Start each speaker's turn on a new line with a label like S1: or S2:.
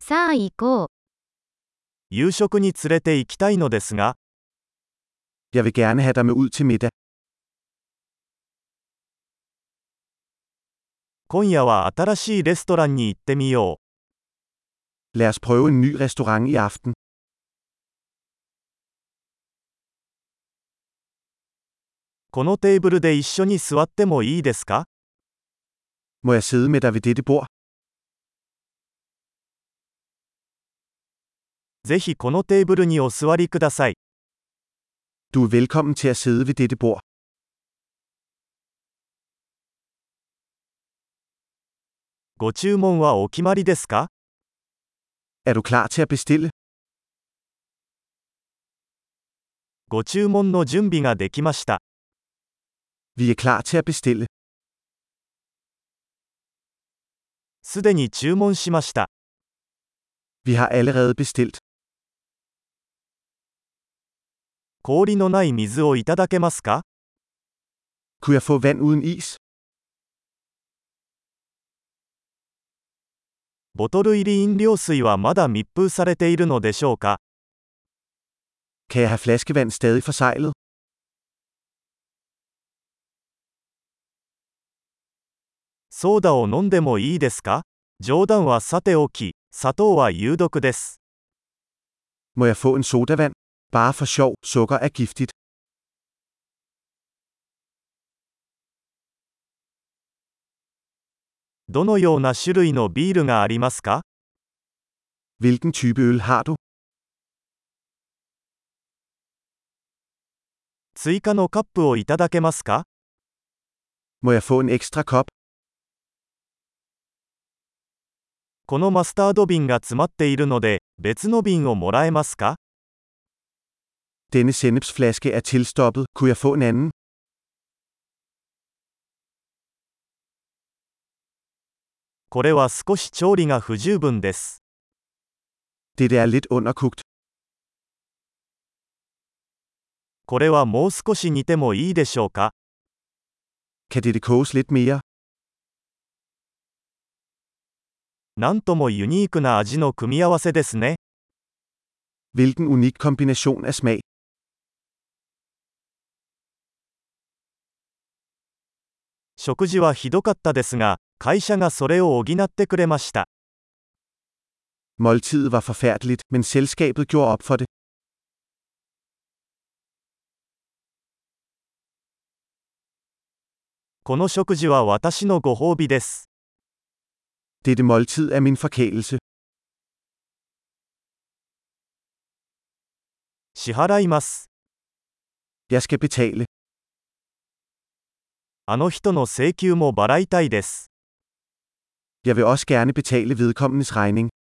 S1: さあ行こう。
S2: 夕食に連れて行きたいのですが、
S3: Jeg vil gerne have dig med ud til middag.
S2: 今夜は新しいレストランに行ってみよ
S3: Lad os prøve en ny restaurant i aften.
S2: う。このテーブルで一緒に座ってもいいですか
S3: Må jeg sidde med dig ved dette bord?
S2: ぜひこのテーブルにお座りください。
S3: Du er velkommen til at sidde ved dette bord.
S2: ご注文はお決まりですか
S3: Er du klar til at bestille?
S2: ご注文の準備ができました。
S3: Vi er klar til at bestille.
S2: すでに注文しました。
S3: Vi har allerede bestilt.
S2: 氷のない水をいただけますか
S3: Kunne jeg få vand uden is?
S2: ボトル入り飲料水はまだ密封されているのでしょうか
S3: Kan jeg have flaskevand stadig forseglet?
S2: ソーダを飲んでもいいですか冗談はさておき、砂糖は有毒です。
S3: Må jeg få en sodavand? Bare for sjov, sukker er giftigt.
S2: どのような種類のビールがありますか
S3: Hvilken type øl har du?
S2: 追加のカップをいただけますか
S3: Må jeg få en ekstra kop?
S2: このマスタード瓶が詰まっているので、別の瓶をもらえますか
S3: Denne sennepsflaske er tilstoppet. Kunne jeg få en anden?
S2: これは少し調理が不十分です。
S3: Dette er lidt underkugt.
S2: これはもう少し煮てもいいでしょうか
S3: Kan dette koges lidt mere?
S2: なんともユニークな味の組み合わせですね。
S3: Hvilken unik kombination af smag.
S2: 食事はひどかったですが、会社がそれを補ってくれました。
S3: Måltidet var forfærdeligt, men selskabet gjorde op for det.
S2: この食事は私のご褒美です。
S3: Dette måltid er min forkælelse.
S2: 支払います。
S3: Jeg skal betale.
S2: あの人の請求も払いたいです。
S3: Jeg vil også gerne betale vedkommendes regning.